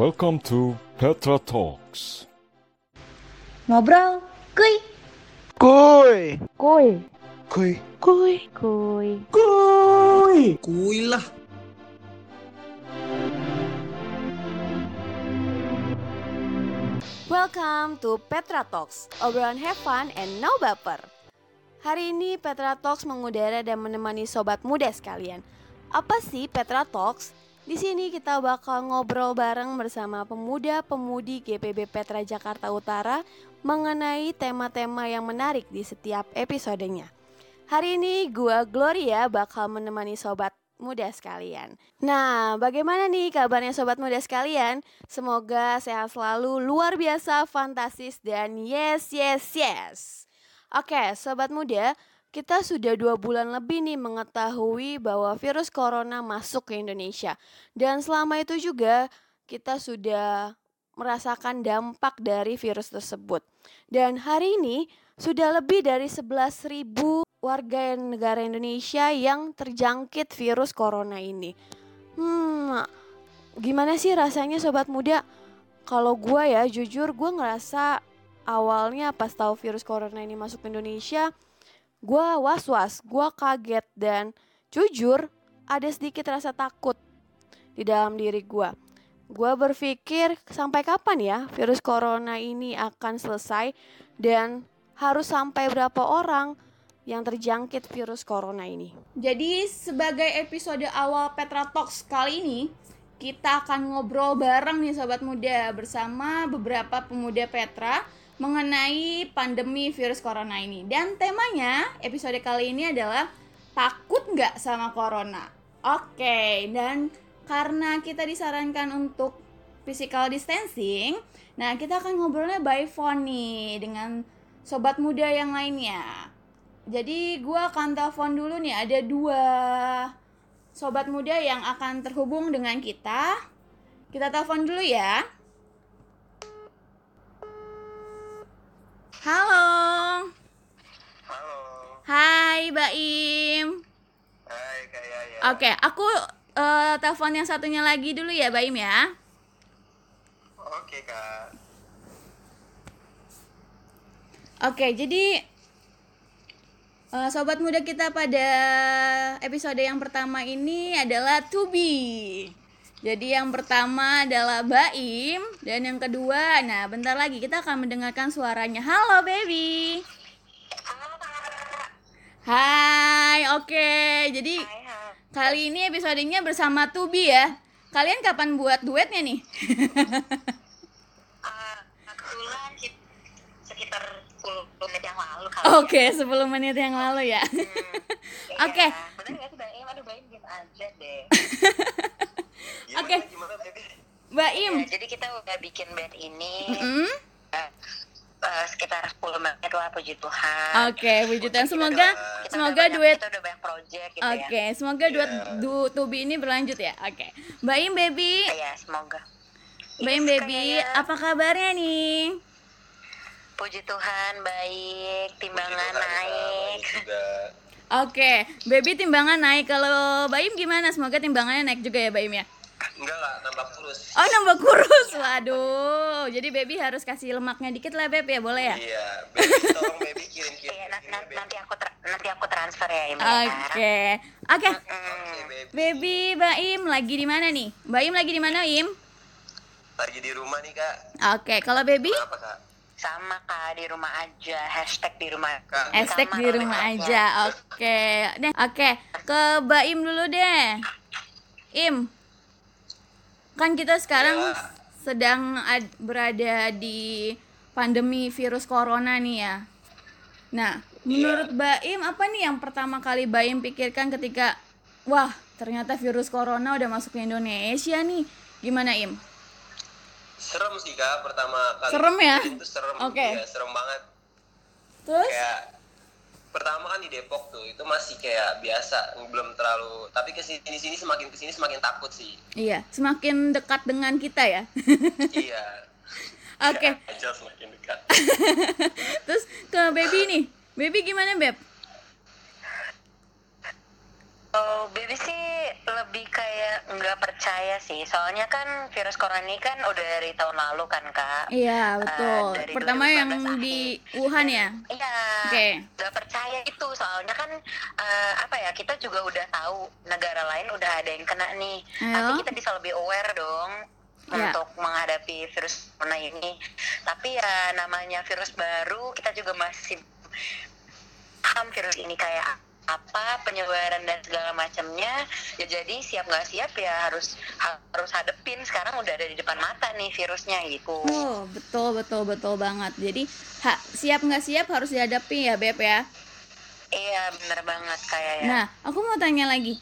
Welcome to Petra Talks. Ngobrol, kuy. Kuy. Kuy. Kuy. Kuy. Kuy. Kuy. Kuy lah. Welcome to Petra Talks, obrolan have fun and no baper. Hari ini Petra Talks mengudara dan menemani sobat muda sekalian. Apa sih Petra Talks? Di sini kita bakal ngobrol bareng bersama pemuda-pemudi GPB Petra Jakarta Utara mengenai tema-tema yang menarik di setiap episodenya. Hari ini gua Gloria bakal menemani sobat muda sekalian. Nah, bagaimana nih kabarnya sobat muda sekalian? Semoga sehat selalu, luar biasa, fantastis, dan yes, yes, yes. Oke, sobat muda, kita sudah dua bulan lebih nih mengetahui bahwa virus corona masuk ke Indonesia. Dan selama itu juga kita sudah merasakan dampak dari virus tersebut. Dan hari ini sudah lebih dari 11.000 warga negara Indonesia yang terjangkit virus corona ini. Hmm, gimana sih rasanya sobat muda? Kalau gue ya jujur gue ngerasa awalnya pas tahu virus corona ini masuk ke Indonesia, gue was-was, gue kaget dan jujur ada sedikit rasa takut di dalam diri gue. Gue berpikir sampai kapan ya virus corona ini akan selesai dan harus sampai berapa orang yang terjangkit virus corona ini. Jadi sebagai episode awal Petra Talks kali ini, kita akan ngobrol bareng nih sobat muda bersama beberapa pemuda Petra mengenai pandemi virus corona ini. Dan temanya episode kali ini adalah takut nggak sama corona. Oke, dan karena kita disarankan untuk physical distancing, nah kita akan ngobrolnya by phone nih dengan sobat muda yang lainnya jadi gue akan telepon dulu nih ada dua sobat muda yang akan terhubung dengan kita kita telepon dulu ya halo halo hai baim hai kak Yaya oke aku uh, telepon yang satunya lagi dulu ya baim ya oke kak oke jadi Uh, sobat muda kita pada episode yang pertama ini adalah Tubi. Jadi yang pertama adalah Baim dan yang kedua, nah bentar lagi kita akan mendengarkan suaranya. Halo baby. Hai, oke. Okay. Jadi hai, hai. kali ini episodenya bersama Tubi ya. Kalian kapan buat duetnya nih? uh, kebetulan sekitar 10 menit yang lalu kali Oke, okay, ya. 10 menit yang lalu ya. Hmm, Oke. Okay. Benar sih Baim? Aduh Baim diem aja deh. Oke. Baim. Ya, jadi kita udah bikin band ini. Mm -hmm. uh, uh, sekitar 10 menit lah puji Tuhan. Oke, okay, puji Tuhan. Semoga kita semoga udah banyak, duet kita udah banyak project gitu Oke, okay, ya. semoga duet yeah. du, Tubi ini berlanjut ya. Oke. Okay. Baim baby. Iya, semoga. Baim yes, Iya, baby, ya. apa kabarnya nih? Puji Tuhan baik, timbangan Tuhan, naik. Oke, baby timbangan naik. Kalau Baim gimana? Semoga timbangannya naik juga ya Baim ya. Enggak lah, nambah kurus. Oh, nambah kurus. Iya, Waduh. Jadi baby harus kasih lemaknya dikit lah, Beb ya, boleh ya? Iya, baby tolong baby kirim-kirim. Iya, nanti, nanti, nanti aku nanti aku transfer ya, Im. Oke. Okay. Oke. Okay. Okay, baby. baby Baim lagi di mana nih? Baim lagi di mana, Im? Lagi di rumah nih, Kak. Oke, okay. kalau baby? Apa, Kak? sama kak di rumah aja hashtag di rumah kak. hashtag sama, di rumah aja oke okay. deh oke okay. ke Baim dulu deh Im kan kita sekarang ya. sedang ad- berada di pandemi virus corona nih ya nah menurut ya. Baim apa nih yang pertama kali Baim pikirkan ketika wah ternyata virus corona udah masuk ke Indonesia nih gimana Im serem sih kak pertama kali serem ya itu serem okay. ya serem banget terus kayak pertama kan di Depok tuh itu masih kayak biasa belum terlalu tapi kesini sini semakin kesini semakin takut sih iya semakin dekat dengan kita ya iya oke Iya. okay. aja semakin dekat terus ke baby nih baby gimana beb Oh, baby sih lebih lebih kayak nggak percaya sih soalnya kan virus corona ini kan udah dari tahun lalu kan kak Iya, betul. Eh, dari Pertama yang 2019 di akhir. Wuhan ya. iya Oke. nggak percaya itu soalnya kan eh, apa ya kita juga udah tahu negara lain udah ada yang kena nih tapi Ayo. kita bisa lebih aware dong Ya. untuk menghadapi virus corona ini tapi ya namanya virus baru kita juga masih paham virus ini kayak apa penyebaran dan segala macamnya ya jadi siap nggak siap ya harus ha- harus hadepin sekarang udah ada di depan mata nih virusnya gitu Oh, betul betul betul banget. Jadi ha, siap nggak siap harus dihadapi ya, Beb ya. iya bener banget ya. kayaknya Nah, aku mau tanya lagi.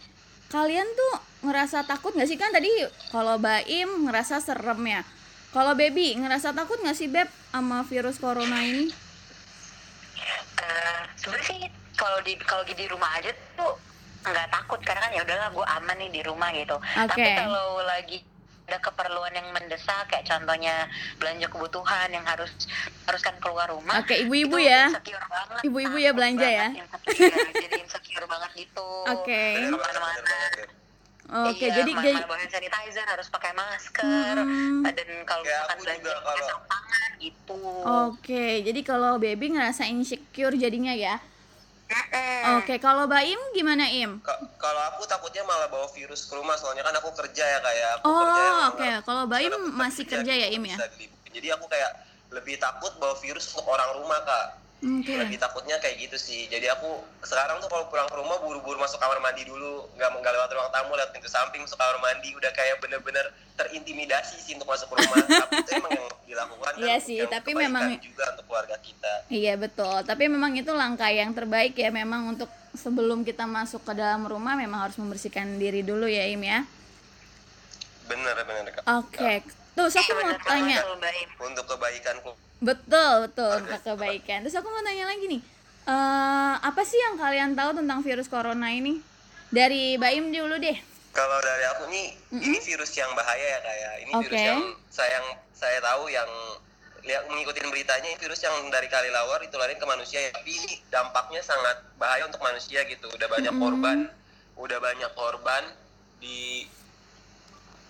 Kalian tuh ngerasa takut nggak sih kan tadi kalau Baim ngerasa serem ya. Kalau Baby ngerasa takut nggak sih Beb sama virus corona ini? Eh, sebenarnya sih kalau di kalau di rumah aja tuh nggak takut karena kan ya udahlah gue aman nih di rumah gitu tapi Oke. kalau lagi ada keperluan yang mendesak kayak contohnya belanja kebutuhan yang harus haruskan keluar rumah Oke, ibu-ibu itu ya. insecure banget. Ibu-ibu ya Takut belanja ya. banget, insecure. jadi insecure banget gitu Oke. Dari mana-mana Oke, Iya, jadi mana-mana jadi bawa hand sanitizer harus pakai masker Hmm. dan kalau Kayak misalkan Ya, aku juga belanja kalau- pakai sarung tangan gitu Oke, jadi kalau Baby ngerasa insecure jadinya ya. Mm-mm. Oke, kalau Baim gimana Im? Ka- Kalau aku takutnya malah bawa virus ke rumah, soalnya kan aku kerja ya kayak aku kerja yang Oh, oke. nggak- Kalau Baim aku masih kerja ya gitu, Im ya. bisa diliburin. Jadi aku kayak lebih takut bawa virus untuk orang rumah kak. Oke. Lebih takutnya kayak gitu sih. Jadi aku sekarang tuh kalau pulang ke rumah buru-buru masuk kamar mandi dulu, nggak nggak lewat ruang tamu, lewat pintu samping masuk kamar mandi. Udah kayak bener-bener terintimidasi sih untuk masuk rumah. tapi itu emang yang dilakukan kan Iya untuk sih, yang tapi kebaikan memang- juga untuk keluarga kita. Iya betul, tapi memang itu langkah yang terbaik ya memang untuk sebelum kita masuk ke dalam rumah memang harus membersihkan diri dulu ya Im ya. Bener-bener kak. Oke. Iya. Terus aku mau Bener banget tanya. Iya, tuh, Mbak Im. Untuk kebaikan keluarga. Betul, betul, untuk kebaikan. Terus aku mau tanya lagi nih. eh apa sih yang kalian tahu tentang virus corona ini? Dari Baim dulu deh. Kalau dari aku nih, ini virus yang bahaya ya kayak. Ini virus Oke. yang saya yang saya tahu yang lihat mengikuti beritanya ini virus yang dari kali lawar ditularin ke manusia ya. Tapi ini dampaknya sangat bahaya untuk manusia gitu. Udah banyak korban, udah banyak korban di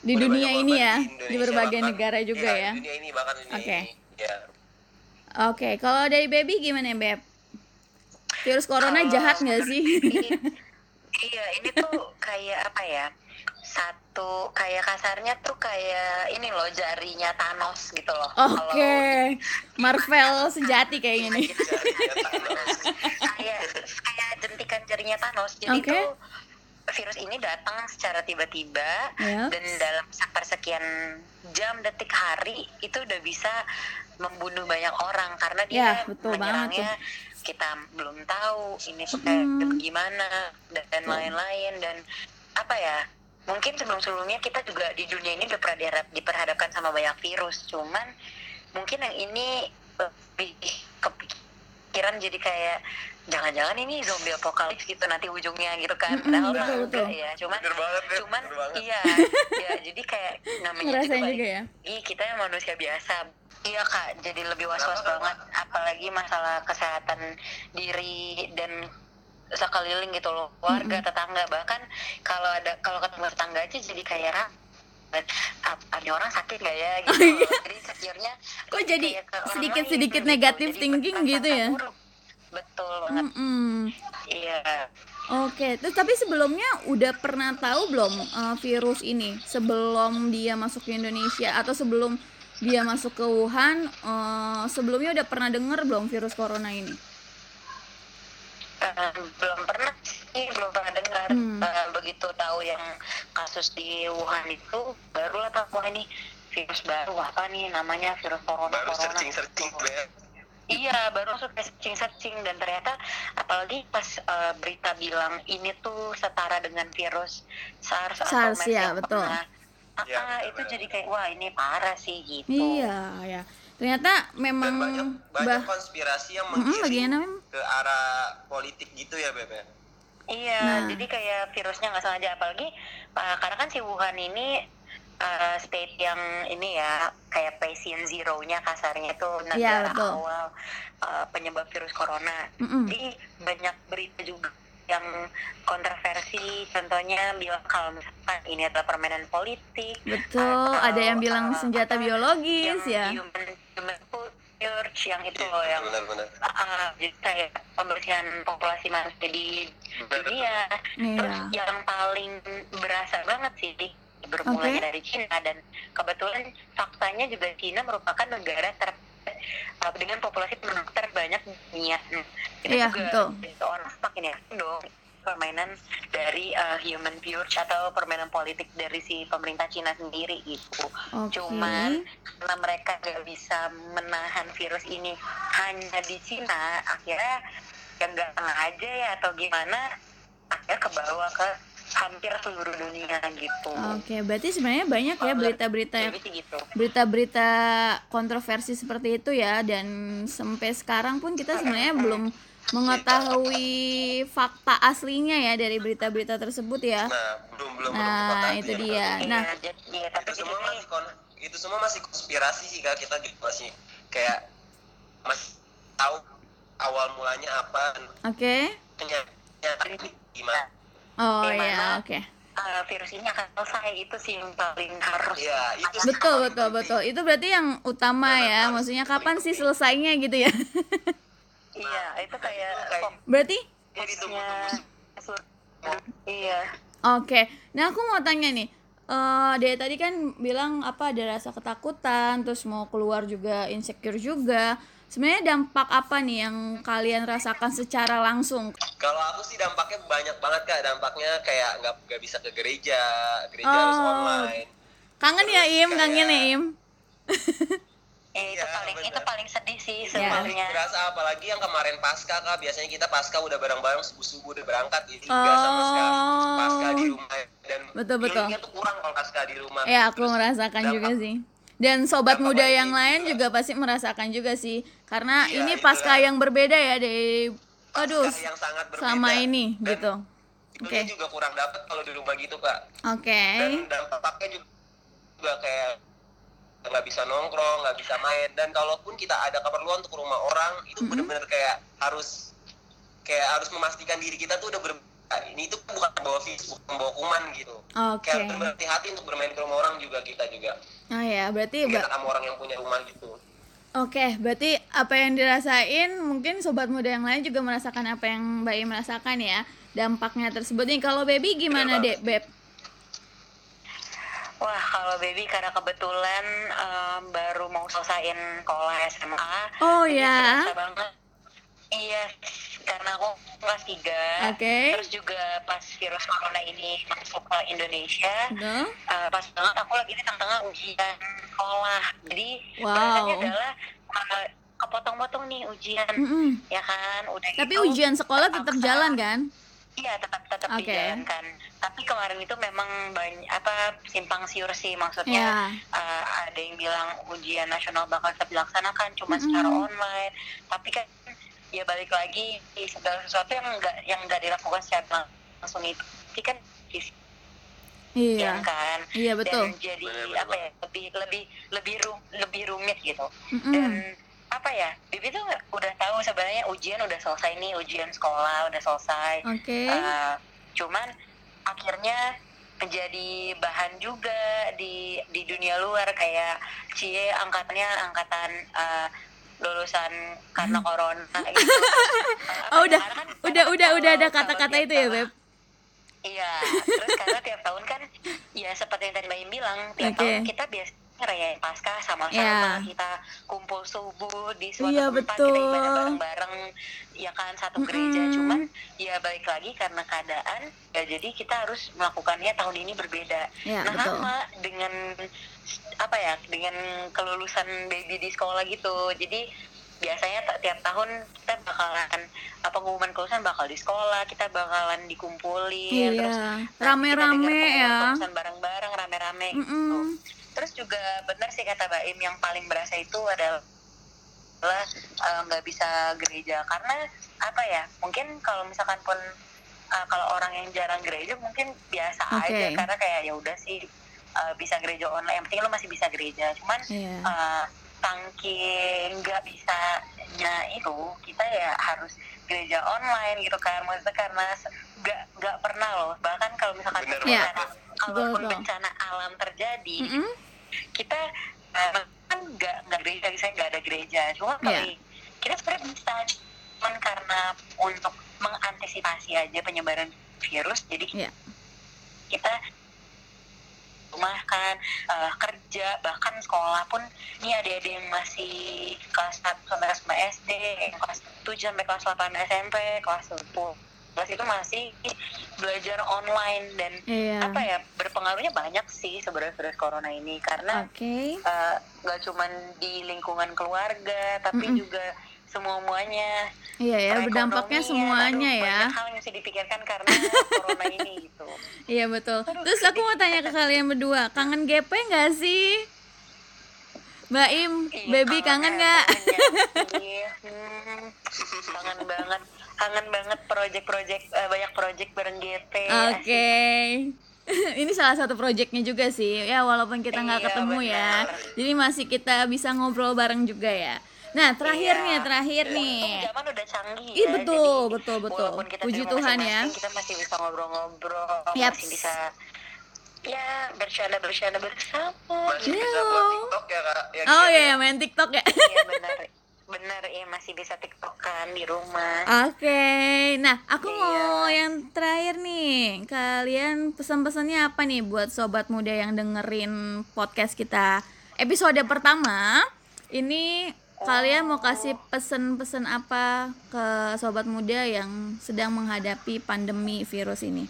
Di udah dunia banyak ini korban ya, di di Indonesia berbagai bahkan. negara juga Iya, ya. Di dunia ini bahkan di dunia Oke. ini. Ya. Oke, kalau dari Baby gimana, Beb? Virus corona jahat nggak sih? Oh, iya ini tuh kayak apa ya satu kayak kasarnya tuh kayak ini loh jarinya Thanos gitu loh Oke, Marvel sejati kayaknya gitu, nih. Jadi, ya, Thanos. Kalau kayak kayak jentikan jarinya Thanos jadi Oke. tuh virus ini datang secara tiba-tiba Ya. dan dalam persekian jam detik hari itu udah bisa membunuh banyak orang karena dia Ya, betul banget menyerangnya kita belum tahu ini tuh kayak Mm. gimana dan lain-lain dan apa ya mungkin sebelum-sebelumnya kita juga di dunia ini udah pernah dihadap- diperhadapkan sama banyak virus cuman mungkin yang ini lebih kepikiran jadi kayak jangan-jangan ini zombie apokalips gitu nanti ujungnya gitu kan Mm-mm, Padahal mah betul, betul. enggak ya cuman Bener banget ya. cuman bener banget. iya ya jadi kayak namanya Ngerasain balik juga ya. Iya kita yang manusia biasa. Iya kak, jadi lebih was-was Kenapa, banget, apalagi masalah kesehatan diri dan sekeliling gitu loh, warga, tetangga bahkan kalau ada kalau ketemu tetangga aja jadi kayak "Ra, ap- ada orang sakit nggak ya gitu. Jadi secure-nya Oh, iya. Kok jadi kayak ke orang sedikit-sedikit lain, gitu. negative Jadi thinking berprasangka gitu ya? Mm. buruk. Betul banget. Mm-mm. Iya. Oke, terus tapi sebelumnya udah pernah tahu belum eh, virus ini sebelum dia masuk ke Indonesia atau sebelum dia masuk ke Wuhan? eh, sebelumnya udah pernah dengar belum virus corona ini? Eh, belum pernah sih belum pernah dengar Hmm. Eh, begitu tahu yang kasus di Wuhan itu barulah tahu wah ini virus baru apa nih namanya virus corona Baru ya? corona searching searching. iya baru langsung searching searching dan ternyata apalagi pas eh, berita bilang ini tuh setara dengan virus SARS, atau SARS, MERS ya, yang betul. pernah. Ah, Ya, ah, itu benar-benar. jadi kayak wah ini parah sih gitu Iya, ya. Ternyata memang Dan banyak banyak bah konspirasi yang Mm-mm, menggiring bagian apa? ke arah politik gitu ya Bebe. Iya, Nah. jadi kayak virusnya nggak sengaja apalagi uh, karena kan si Wuhan ini uh, state yang ini ya kayak patient zero-nya kasarnya itu Iya, negara betul. Hmm. awal uh, penyebab virus corona. Mm-mm. Jadi banyak berita juga yang kontroversi contohnya bilang kalau misalkan ini adalah permainan politik Betul, ada yang bilang senjata biologis ya. yang human, human culture yang itu loh yang benar-benar uh, jadi kayak pembersihan populasi manusia di dunia terus Iya. yang paling berasa banget sih bermulai Oke. dari Cina dan kebetulan faktanya juga Cina merupakan negara ter uh, dengan populasi penduduk terbanyak di dunia. Hmm. Itu Iya, juga betul. seorang makin yakin dong permainan dari uh, human pure atau permainan politik dari si pemerintah Cina sendiri gitu. Oke. Cuman karena mereka nggak bisa menahan virus ini hanya di Cina, akhirnya yang nggak sengaja ya atau gimana, akhirnya kebawa ke hampir seluruh dunia gitu. Oke, berarti sebenarnya banyak ya berita-berita Jadi sih gitu. berita-berita kontroversi seperti itu ya dan sampai sekarang pun kita sebenarnya belum mengetahui fakta aslinya ya dari berita-berita tersebut ya. nah belum belum belum Nah, sepakati itu ya, dia. betul. Nah. Iya, jadi- iya, tapi itu di semua sini masih kon itu semua masih konspirasi sih kak kita juga masih kayak masih tahu awal mulanya apa dan Oke. kenyataannya gimana Oh ya, Gimana? oke. uh, virus ini akan selesai itu sih yang paling harus. ya itu sih Betul, paling betul, penting. betul. Itu berarti yang utama ya. Maksudnya kapan sih selesainya gitu ya. Iya, itu kayak Nah, Kayak- Berarti Jadi fokusnya tunggu-tunggu sur- Iya. Oke, nah aku mau tanya nih. Eh dari tadi kan bilang apa ada rasa ketakutan, terus mau keluar juga insecure juga. Sebenarnya dampak apa nih yang kalian rasakan secara langsung? Kalau aku sih dampaknya banyak banget kak. Dampaknya kayak nggak nggak bisa ke gereja, gereja harus Oh. online. Kangen ya Terus Im, kangen ya kayak- Im. Eh, itu Iya, paling bener. Iya. itu paling sedih sih Iya. Paling sebenarnya. berasa apalagi yang kemarin pasca kak. Biasanya kita pasca udah bareng-bareng subuh subuh udah berangkat. Ini nggak sama sekali. Oh. Pasca di rumah dan Betul, betul. feelingnya tuh kurang kalau pasca di rumah. Ya aku Terus merasakan dampak- juga sih. Dan sobat dampak muda lain yang lain juga. juga pasti merasakan juga sih. Karena Iya, ini itu pasca lah. yang berbeda ya dari pasca aduh yang sangat berbeda. sama ini Dan gitu. Oke. feelingnya juga kurang dapet kalau di rumah gitu kak. Oke. Eh? dan dampaknya juga, juga kayak nggak bisa nongkrong nggak bisa main dan kalaupun kita ada keperluan untuk ke rumah orang itu Mhm. bener-bener kayak harus kayak harus memastikan diri kita tuh udah ber ah, ini tuh bukan bawa virus bukan bawa kuman gitu Oke. kayak bener berhati-hati untuk bermain ke rumah orang juga kita juga Oh ya, berarti Mbak- kita sama orang yang punya rumah gitu Oke, berarti apa yang dirasain mungkin sobat muda yang lain juga merasakan apa yang Mbak Im merasakan ya dampaknya tersebut nih. Kalau Baby gimana dek, Beb? Bener Wah, kalau baby karena kebetulan em, baru mau selesaiin sekolah SMA. Oh jadi ya, terasa banget. Iya, karena aku kelas 3. Oke. Terus juga pas virus corona ini masuk ke Indonesia, betul. eh, pas banget aku lagi di tengah-tengah ujian sekolah. Jadi, Wow. rasanya adalah eh, kepotong-potong nih ujian. Mm-mm. Ya kan, udah Hmm. Tapi gitu- ujian sekolah tetap jalan kan? Iya tetap tetap Oke. dijalankan. Tapi kemarin itu memang banyak apa simpang siur sih maksudnya Ya. eh, ada yang bilang ujian nasional bakal tetap dilaksanakan cuma secara online. Tapi kan ya balik lagi di segala sesuatu yang enggak yang enggak dilakukan secara langsung itu Tapi kan Iya, ujian kan iya betul. dan jadi Benar-benar apa ya lebih lebih lebih ru- lebih rumit gitu dan Mm-mm. apa ya bibi tuh nggak- udah tahu sebenarnya ujian udah selesai nih ujian sekolah udah selesai Oke, Uh, cuman akhirnya menjadi bahan juga di di dunia luar kayak Cie angkatannya angkatan uh, lulusan karena corona gitu. Uh, Hmm. Oh, apa ya, udah. karena kan- udah karena udah kalau- udah ada kalau kata-kata tiap itu ya Beb. tahun- Iya, terus karena tiap tahun kan ya seperti yang tadi Mbak Im bilang, tiap Oke. tahun kita biasanya rayain Paskah sama-sama, Iya. kita kumpul subuh di suatu Iya, tempat betul. kita ibadah bareng-bareng, ya kan satu gereja. Mm-mm. Cuman ya balik lagi karena keadaan, ya jadi kita harus melakukannya tahun ini berbeda. Ya nah betul. sama dengan apa ya, dengan kelulusan baby di sekolah gitu. Jadi biasanya ta- tiap tahun kita bakalan apa pengumuman kelulusan bakal di sekolah, kita bakalan dikumpulin, terus Iya, rame-rame ya. Pesan bareng-bareng, rame-rame gitu. Mm-mm. Terus juga benar sih kata Baim yang paling berasa itu adalah adalah, eh, nggak bisa gereja karena apa ya? Mungkin kalau misalkan pun eh, kalau orang yang jarang gereja mungkin biasa Oke. aja karena kayak ya udah sih eh, bisa gereja online. Yang penting lo masih bisa gereja. Cuman Iya. eh, saking nggak bisanya itu kita ya harus gereja online gitu kan maksudnya karena se- nggak nggak pernah loh bahkan kalau misalkan Bener bencana- banget. kalaupun Iya. Betul. bencana alam terjadi Mm-mm. kita eh, kan nggak nggak gereja saya nggak ada gereja cuma kali kita sebenarnya bisa cuman karena untuk mengantisipasi aja penyebaran virus jadi Iya. kita rumah kan eh, kerja bahkan sekolah pun ini ada ada yang masih kelas 1 sampai kelas 5 SD yang kelas 7 sampai kelas 8 SMP kelas 10 kelas itu masih belajar online dan Iya. apa ya berpengaruhnya banyak sih sebenarnya virus corona ini karena Oke. eh, nggak cuman di lingkungan keluarga tapi Mm-mm. juga semua muanya Hmm. Iya ya, berdampaknya semuanya ya. banyak hal yang mesti dipikirkan karena corona ini gitu Iya betul. Terus aku mau tanya ke kalian berdua, kangen GP nggak sih? Mbak Im, Iya, baby kangen nggak? banget. Iya, hmm, kangen banget kangen banget project-project eh, banyak project bareng GT Oke. Ini salah satu proyeknya juga sih. Ya walaupun kita nggak Iya, ketemu ya. benar. Jadi masih kita bisa ngobrol bareng juga ya. Nah, terakhir Iya. nih, terakhir nih. Untung zaman udah canggih Ih, ya, betul, jadi betul, betul. walaupun kita Puji di rumah Tuhan ya. masing-masing, kita masih bisa ngobrol-ngobrol Yaps. masih bisa ya bercanda bercanda bersama Masih bisa Halo. buat TikTok ya kak? Ya, Oh gitu. iya, main TikTok ya. iya benar benar ya masih bisa tiktokan di rumah Oke. Nah, aku mau Iya. yang terakhir nih. Kalian pesan-pesannya apa nih buat sobat muda yang dengerin podcast kita? Episode pertama ini kalian mau kasih pesan-pesan apa ke sobat muda yang sedang menghadapi pandemi virus ini?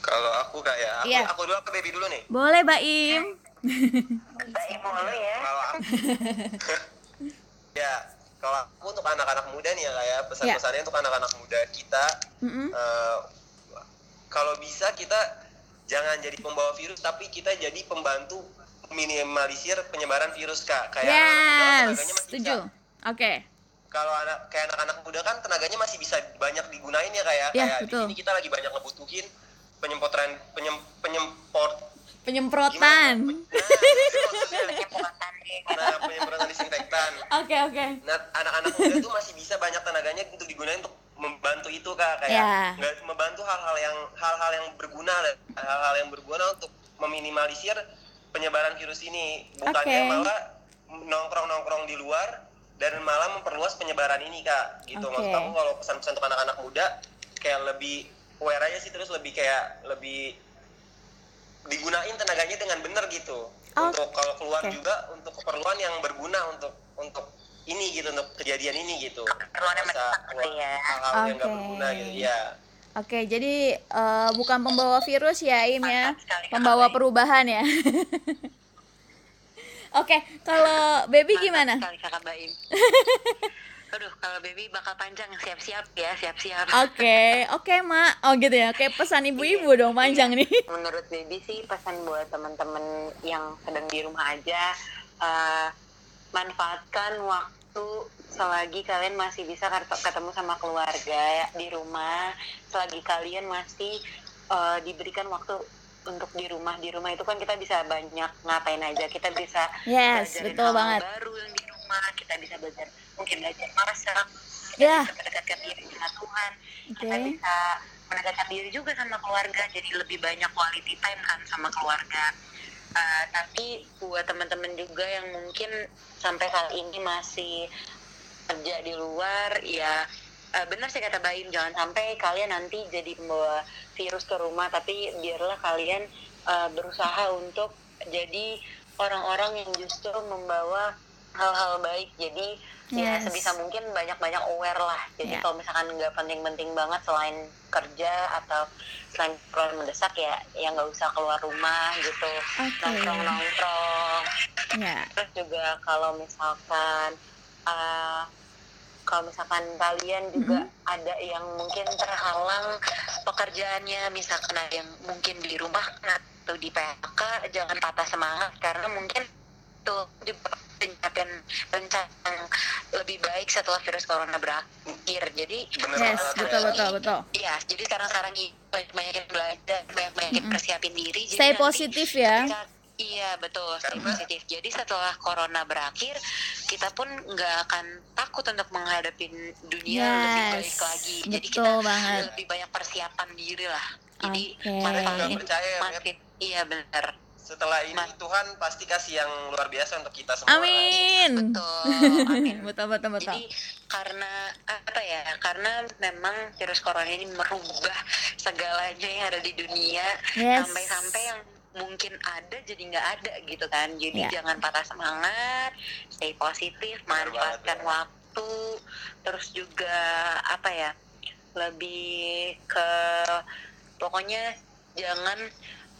Kalau aku kak ya, aku, Iya. aku dulu aku baby dulu nih. Boleh, Baim? baik mulu ya Kalau aku, ya kalau aku untuk anak-anak muda nih ya kak ya, pesan-pesannya untuk anak-anak muda kita, Mm-mm. eh, kalau bisa kita jangan jadi pembawa virus, tapi kita jadi pembantu minimalisir penyebaran virus kak. Kayak anak-anak muda, Yes, tenaganya masih setuju. bisa. Oke. Kalau anak kayak anak-anak muda kan tenaganya masih bisa banyak digunain ya kayak Iya, kayak betul. di sini kita lagi banyak ngebutuhin penyemprotan penyem, penyemport Penyemprotan. Gimana? Nah, Banyak pengetahuan deh. Nah, penyemprotan disinfektan. Oke, oke. Nah, anak-anak muda tuh masih bisa banyak tenaganya untuk digunain untuk membantu itu kak kayak Ya. nggak membantu hal-hal yang hal-hal yang berguna hal-hal yang berguna untuk meminimalisir penyebaran virus ini bukannya Oke. malah nongkrong-nongkrong di luar dan malah memperluas penyebaran ini kak gitu Oke. maksud aku kalau pesan-pesan untuk anak-anak muda kayak lebih aware aja sih terus lebih kayak lebih digunain tenaganya dengan benar gitu untuk kalau keluar Oh. Oke. juga untuk keperluan yang berguna untuk untuk ini gitu untuk kejadian ini gitu Keperluan yang Masa mendesak gitu keluar ya. hal-hal yang nggak Oke. berguna gitu ya Oke, jadi eh, bukan pembawa virus ya, Im ya. Mantap sekali, Kak Pembawa Baim. perubahan ya. Oke, kalau baby Mantap gimana? sekali kakak Baim aduh kalau baby bakal panjang siap-siap ya siap-siap Oh, Oke, oke, Mak. Oh gitu ya. Oke, pesan ibu-ibu dong Iya. panjang nih. menurut baby sih pesan buat teman-teman yang sedang di rumah aja eh, manfaatkan waktu selagi kalian masih bisa ket- ketemu sama keluarga ya, di rumah selagi kalian masih eh, diberikan waktu untuk di rumah di rumah itu kan kita bisa banyak ngapain aja kita bisa Yes, belajarin betul hal-hal banget. baru yang di rumah kita bisa belajar mungkin belajar masak kita Ya. bisa mendekatkan diri dengan Tuhan kita Oke. bisa mendekatkan diri juga sama keluarga jadi lebih banyak quality time kan sama keluarga Eh, tapi buat teman-teman juga yang mungkin sampai kali ini masih kerja di luar ya eh, benar sih kata Baim jangan sampai kalian nanti jadi membawa virus ke rumah tapi biarlah kalian eh, berusaha untuk jadi orang-orang yang justru membawa hal-hal baik jadi Yes. ya sebisa mungkin banyak-banyak aware lah jadi Ya. kalau misalkan nggak penting-penting banget selain kerja atau selain keluar mendesak ya ya nggak usah keluar rumah gitu Oke. nongkrong-nongkrong Ya. terus juga kalau misalkan eh, kalau misalkan kalian juga Mm-hmm. ada yang mungkin terhalang pekerjaannya misalkan ada yang mungkin di rumah atau di PHK jangan patah semangat karena mungkin itu juga pencapaian rencana yang lebih baik setelah virus corona berakhir jadi Yes, bener banget betul ya. betul betul. Iya, jadi sekarang sekarang banyak banyakin belajar, banyak banyakin persiapin diri. Jadi Stay nanti positif ya. ketika- Iya betul, stay positif. Jadi setelah corona berakhir, kita pun nggak akan takut untuk menghadapi dunia lebih baik lagi. Jadi kita betul banget. lebih banyak persiapan diri lah. Jadi Oke. Nggak manfaatin, percaya ya, Beb? manfaatin. Iya benar. Setelah ini Ma- Tuhan pasti kasih yang luar biasa untuk kita semua. Amin. Betul. Amin. Betul betul betul. Jadi karena apa ya? Karena memang virus corona ini merubah segalanya yang ada di dunia Yes. sampai-sampai ya, yang mungkin ada jadi nggak ada gitu kan. Jadi Ya. jangan patah semangat, stay positif, Benar manfaatkan banget, ya. waktu, terus juga apa ya? Lebih ke pokoknya jangan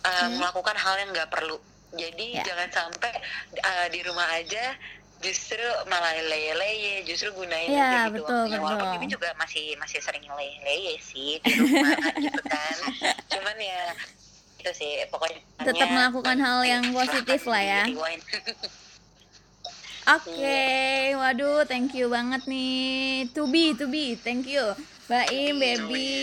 uh, melakukan hal yang nggak perlu. Jadi Hmm. Ya. jangan sampai uh, di rumah aja justru malah leye-leye, justru gunain Ya, aja gitu betul, waktunya. Walaupun betul. Bibi juga masih masih sering leye-leye sih di rumah gitu kan. Cuman ya itu sih pokoknya Tetap melakukan hal yang positif lah ya. Rewind. Oke, waduh, thank you banget nih. To be, to be, thank you. Baim, Iya, baby.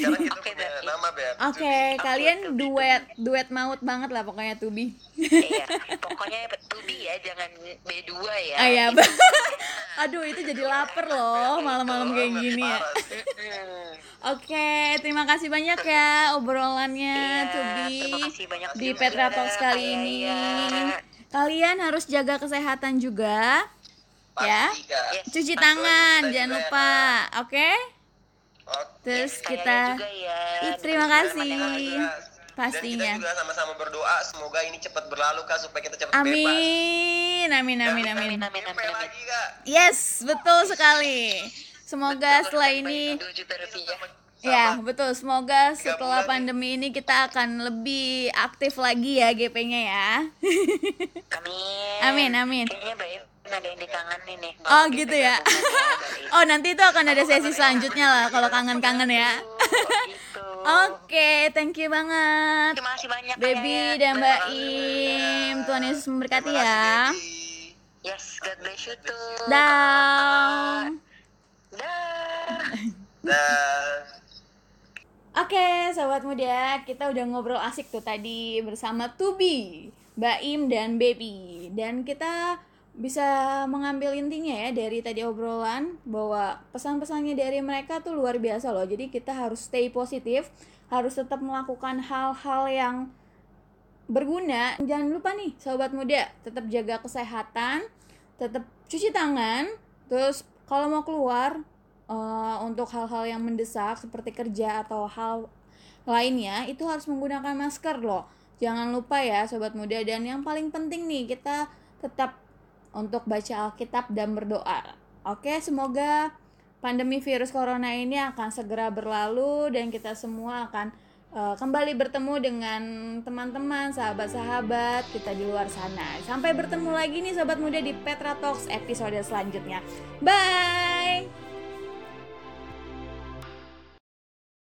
Sekarang kita Oke, punya Beb. nama Beb. Oke, kalian duet, duet maut banget lah pokoknya to be. Iya, pokoknya to be ya, jangan B2 ya. Ah ya, Itu Bang. aduh itu jadi lapar loh malam-malam kayak gini ya. Parah sih. Mm, Oke, terima kasih banyak ya obrolannya Ah, to iya, be terima Iya. kasih banyak di juga, Petra Talks kali Kak ini. Yaya. Kalian harus jaga kesehatan juga, Ya. Pasti, Kak. Yes. cuci Betul, tangan, kita jangan ya, juga, lupa, oke? Oke. Terus Kak Yaya kita juga ya. Ih, terima kasih. Iya. Dan Pastinya. kita juga sama-sama berdoa semoga ini cepat berlalu kak supaya kita cepat bebas. Amin, amin, amin, amin. Amin, Nyampe amin, amin. lagi kak. Yes, betul sekali. Semoga setelah ini, 2 juta rupiah. ya betul. Semoga setelah bulan. pandemi ini kita akan lebih aktif lagi ya GP-nya ya. Amin. Amin, amin. Kayaknya Mbak Im ada yang dikangenin nih. Oh gitu ya. Oh nanti itu akan ada ya. sesi selanjutnya lah kalau kangen-kangen ya. gitu. oh, Oke, thank you banget, Terima kasih banyak. Kak Yaya. Baby dan Mbak Im. Tuhan Yesus Terima memberkati kasih, ya. Baby. Yes, God bless you too. Dah. Dah. Dah. Oke, sahabat muda, kita udah ngobrol asik tuh tadi bersama Tubi, Baim dan Baby. Dan kita bisa mengambil intinya ya dari tadi obrolan bahwa pesan-pesannya dari mereka tuh luar biasa loh. Jadi kita harus stay positif, harus tetap melakukan hal-hal yang berguna. Jangan lupa nih, sahabat muda, tetap jaga kesehatan, tetap cuci tangan, terus kalau mau keluar eh, untuk hal-hal yang mendesak seperti kerja atau hal lainnya itu harus menggunakan masker loh. Jangan lupa ya sobat muda dan yang paling penting nih kita tetap untuk baca Alkitab dan berdoa. Oke, semoga pandemi virus corona ini akan segera berlalu dan kita semua akan eh, kembali bertemu dengan teman-teman, sahabat-sahabat kita di luar sana. Sampai bertemu lagi nih sobat muda di Petra Talks episode selanjutnya. Bye.